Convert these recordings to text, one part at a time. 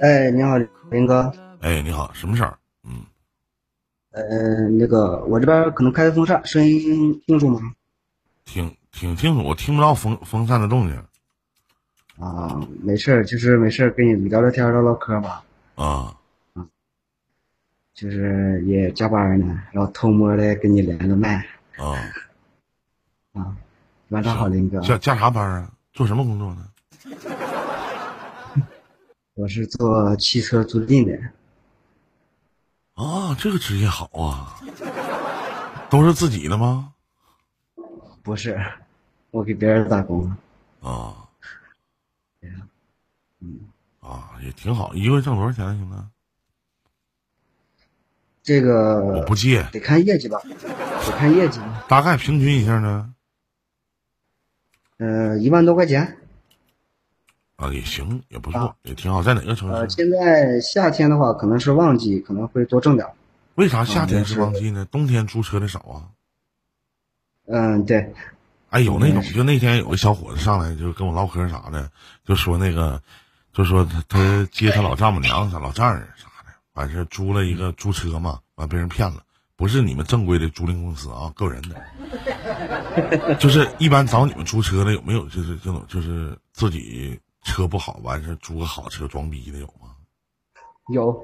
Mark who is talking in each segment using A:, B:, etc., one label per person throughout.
A: 哎，你好，林哥。
B: 哎，你好，什么事儿？嗯，
A: 呃，那个我这边可能开风扇，声音清楚吗？
B: 挺挺清楚，我听不着风风扇的动静
A: 啊，没事儿，就是没事儿，跟你聊聊天、唠唠嗑吧。
B: 啊。
A: 就是也加班呢，然后偷摸的跟你连个麦。
B: 啊，
A: 啊，晚上好，林哥。
B: 加加啥班啊？做什么工作呢？
A: 我是做汽车租赁的。
B: 啊，这个职业好啊。都是自己的吗？
A: 不是，我给别人打工。
B: 啊
A: 嗯，
B: 啊，也挺好，一个月挣多少钱啊，兄弟？
A: 这个
B: 我不介，
A: 得看业绩吧，得看业绩吧。
B: 大概平均一下呢？
A: 呃，一万多块钱。
B: 啊，也行，也不错
A: 啊，
B: 也挺好。在哪个城
A: 呃，
B: 市？
A: 现在夏天的话，可能是旺季，可能会多挣点儿。
B: 为啥夏天是
A: 嗯
B: 旺季呢？冬天租车的少啊？
A: 嗯，对，
B: 哎，有那种，
A: 嗯
B: 就那天有个小伙子上来就跟我唠嗑啥的，就说那个，就说他他接他老丈母娘啥老丈人啥的，完事儿租了一个租车嘛，完被人骗了，不是你们正规的租赁公司啊，个人的，就是一般找你们租车的有没有就是这种就是自己车不好完事儿租个好车装逼的有吗？
A: 有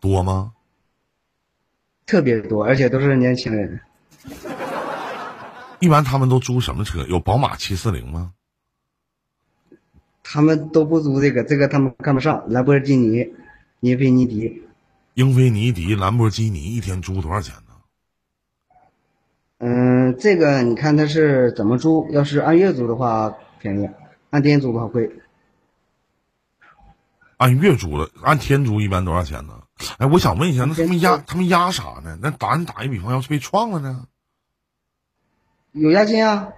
B: 多吗？
A: 特别多，而且都是年轻人。
B: 一般他们都租什么车？有宝马七四零吗？
A: 他们都不租这个，这个他们看不上。兰博基尼、英菲尼迪，
B: 英菲尼迪、兰博基尼一天租多少钱呢？
A: 嗯，这个你看它是怎么租？要是按月租的话便宜，按天租的话贵。
B: 按月租的，按天租一般多少钱呢？哎，我想问一下，那他们压他们压啥呢？那打你打一比方，要是被撞了呢？
A: 有押金啊，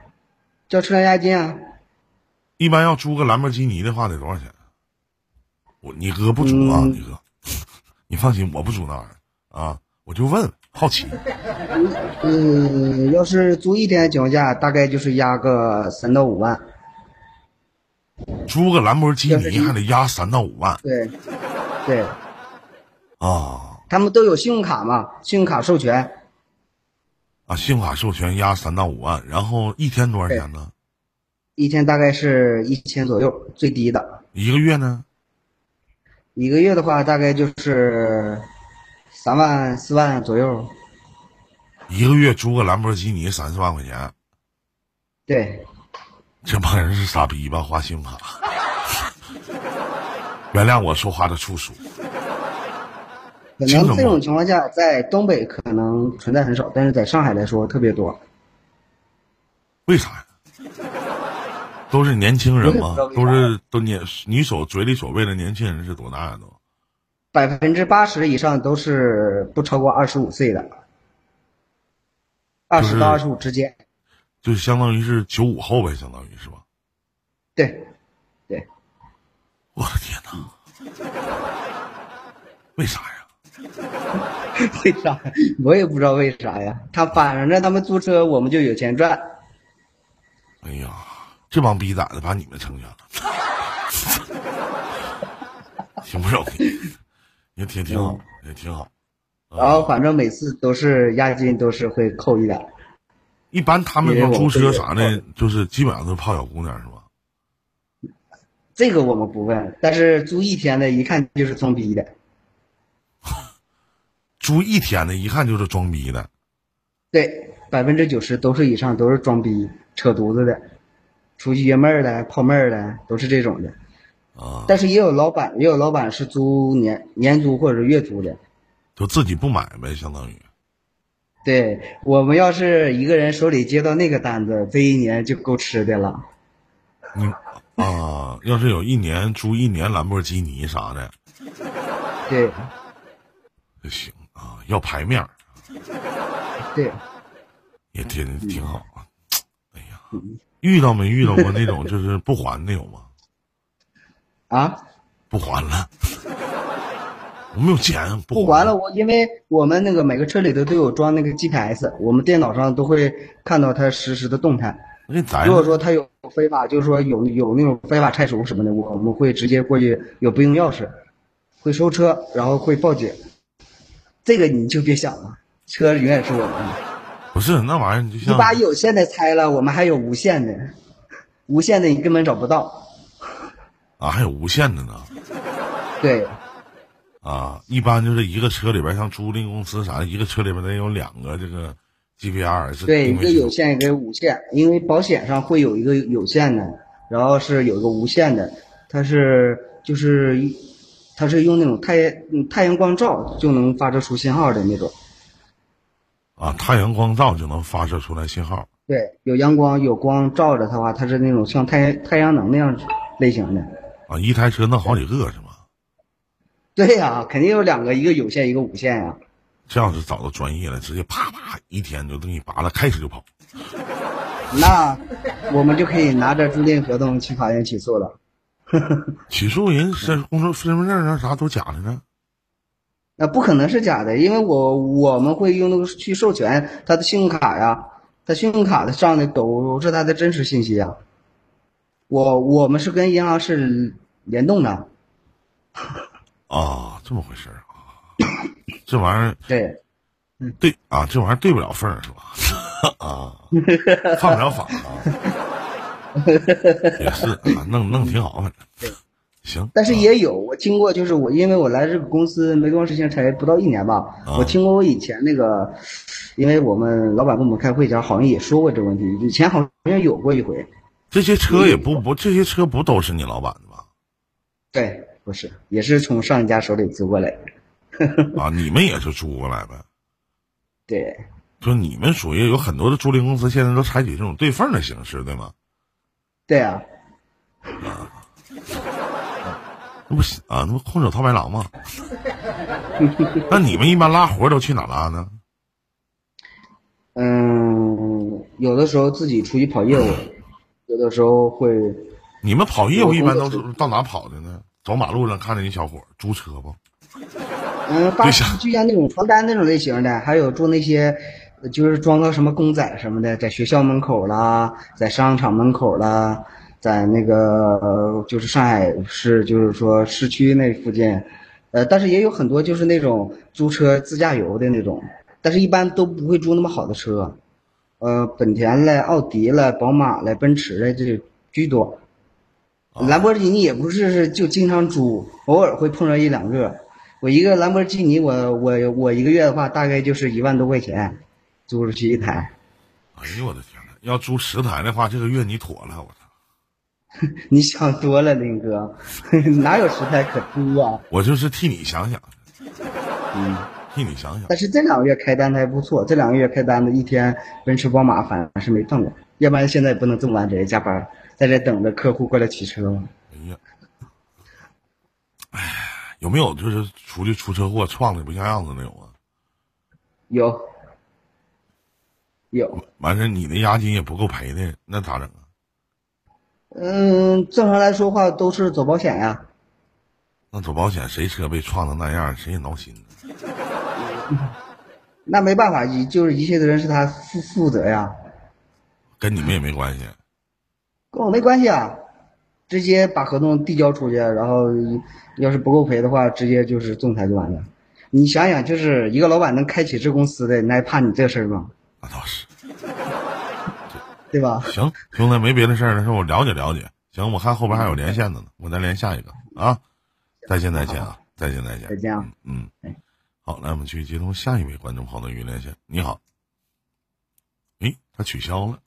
A: 交车辆押金啊。
B: 一般要租个兰博基尼的话得多少钱？我你哥不租啊，
A: 嗯
B: 你哥， 你放心，我不租那玩意儿啊，我就问问，好奇
A: 嗯，要是租一天的情况下，大概就是押个三到五万。
B: 租个兰博基
A: 要是
B: 尼
A: 你
B: 还得压三到五万
A: 对，对
B: 啊
A: 他们都有信用卡嘛，信用卡授权。
B: 啊！信用卡授权压三到五万，然后一天多少钱呢？
A: 一天大概是一千左右，最低的。
B: 一个月呢？
A: 一个月的话，大概就是三万四万左右。
B: 一个月租个兰博基尼三四万块钱，
A: 对，
B: 这帮人是傻逼吧？ 花信用卡，原谅我说话的粗俗。
A: 可
B: 清楚
A: 能这
B: 吗
A: 种情况下在东北可能存在很少，但是在上海来说特别多。
B: 为啥呀？都是年轻人吗
A: 我也不知道？为啥
B: 都是都年你所嘴里所谓的年轻人是多大呀？都
A: 百分之八十以上都是不超过二十五岁的，二
B: 就是
A: 十到二十五之间。
B: 就相当于是九五后呗，相当于是吧？
A: 对，对，
B: 我的天哪！为啥呀？
A: 为啥？我也不知道为啥呀。他反正他们租车，我们就有钱赚。
B: 哎呀，这帮逼崽子把你们成全了， 挺不容易， 也挺挺
A: 嗯
B: 好，也挺好。啊
A: 然后反正每次都是押金都是会扣一点儿。
B: 一般他们说租车啥
A: 因为我
B: 的，就是基本上都是泡小姑娘是吧？
A: 这个我们不问，但是租一天的，一看就是装逼的。
B: 租一天的，一看就是装逼的。
A: 对，百分之九十都是以上都是装逼、扯犊子的，出去约妹儿的、泡妹儿的，都是这种的。
B: 啊，
A: 但是也有老板，也有老板是租年年租或者月租的。
B: 就自己不买呗，相当于。
A: 对我们要是一个人手里接到那个单子，这一年就够吃的了。
B: 你啊，要是有一年租一年兰博基尼啥的，
A: 对
B: 就行啊，要牌面儿
A: 对，
B: 也挺挺好啊。哎呀，
A: 嗯
B: 遇到没遇到过那种就是不还的有吗？
A: 啊，
B: 不还了，我没有钱，
A: 不
B: 不
A: 还
B: 还
A: 了。我，因为我们那个每个车里头都有装那个 GPS，我们电脑上都会看到它实时的动态。
B: 那咱
A: 如果说他有非法，就是说有有那种非法拆除什么的，我们会直接过去，有备用钥匙，会收车，然后会报警，这个你就别想了，车永远是我们的。
B: 不是啊那玩意儿，你就
A: 你
B: 像
A: 把有限的拆了，我们还有无限的，无限的你根本找不到。
B: 啊，还有无限的呢
A: 对，
B: 啊！一般就是一个车里边，像租赁公司啥的，一个车里边得有两个这个 GPR 是
A: 对，一
B: 定
A: 个
B: 位
A: 有
B: 系
A: 限，一个无限，因为保险上会有一个有限的，然后是有一个无限的，它是就是它是用那种太嗯太阳光照就能发射出信号的那种。
B: 统啊，太阳光照就能发射出来信号
A: 对，有阳光有光照着它的话，它是那种像太太阳能那样类型的。
B: 啊，一台车弄好几个是吗？
A: 对呀、肯定有两个，一个有限，一个无限呀、
B: 这要是找到专业了，直接啪啪一天就给你拔了，开始就跑。
A: 那我们就可以拿着租赁合同去法院起诉了。
B: 起诉人身工作身份证啊啥都假的呢，
A: 那不可能是假的，因为我我们会用那个去授权他的信用卡呀，他信用卡的上的都是他的真实信息呀。我我们是跟银行是联动的，
B: 啊，这么回事儿啊， 这玩意儿
A: 对
B: 对啊，这玩意儿对不了缝儿是吧？ 啊，犯不了法啊，也是啊，弄弄挺好，反正行。
A: 但是
B: 啊
A: 也有，我听过，就是我因为我来这个公司没光实现才不到一年吧，
B: 啊
A: 我听过我以前那个，因为我们老板跟我们开会前好像也说过这个问题，以前好像有过一回，
B: 这些车也不不，这些车不都是你老板的吧？
A: 对，不是，也是从上一家手里租过来的，
B: 啊，你们也是租过来呗？
A: 对，
B: 就你们属于有很多的租赁公司，现在都采取这种对缝儿的形式，对吗？
A: 对啊，
B: 那不是啊，那不空手套白狼吗？ 那你们一般拉活儿都去哪拉呢？
A: 嗯，有的时候自己出去跑业务，有的时候会，
B: 你们跑业务
A: 我
B: 一般都
A: 工作
B: 是到哪跑的呢？走马路上看见一小伙儿租车不？
A: 嗯，发
B: 对象
A: 就像那种床单那种类型的，还有做那些，呃就是装个什么公仔什么的，在学校门口啦，在商场门口啦，在那个呃就是上海市，就是说市区那附近，呃，但是也有很多就是那种租车自驾游的那种，但是一般都不会租那么好的车，呃，本田嘞、奥迪嘞、宝马嘞、奔驰嘞这居多。
B: 啊
A: 兰博基尼也不是是就经常租，偶尔会碰上一两个。我一个兰博基尼，我我我一个月的话，大概就是一万多块钱，租出去一台。
B: 哎呦我的天呐，要租十台的话，这个月你妥了，我操！
A: 你想多了，林哥， 哪有十台可租啊？
B: 我就是替你想想， 替你想想
A: 但是这两个月开单的还不错，这两个月开单的一天奔驰、宝马反而是没放过，要不然现在也不能这么晚在这加班，在这等着客户过来取车嘛。
B: 哎呀，哎，有没有就是出去出车祸撞的不像样子那种啊？
A: 有，有，
B: 完事儿你的押金也不够赔的，那咋整啊？
A: 嗯，正常来说话都是走保险呀、
B: 那走保险谁车被撞成那样，谁也挠心呢？
A: 那没办法，一就是一切责任是他负负责呀，
B: 跟你们也没关系。
A: 跟我没关系啊。直接把合同递交出去，然后要是不够赔的话，直接就是仲裁就完了。你想想，就是一个老板能开起这公司的，你还怕你这事儿吗？
B: 那倒是，
A: 对吧？
B: 行，兄弟，没别的事儿了，是我了解了解。行，我看后边还有连线的呢，我再连下一个啊。再见，再见啊，再见，再见，
A: 再见啊
B: 嗯，嗯
A: 哎，
B: 好，来我们去接通下一位观众朋友的语音连线。你好，诶，他取消了，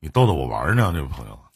B: 你逗逗我玩儿呢，这位朋友啊。